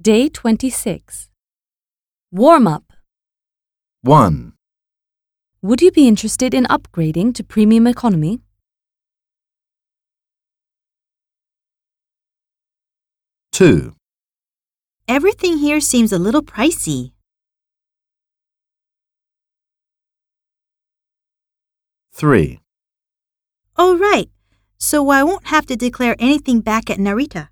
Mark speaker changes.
Speaker 1: Day 26. Warm up.
Speaker 2: 1.
Speaker 1: Would you be interested in upgrading to premium economy?
Speaker 2: two,
Speaker 3: Everything here seems a little pricey.
Speaker 2: three,
Speaker 3: Oh, right. So I won't have to declare anything back at Narita.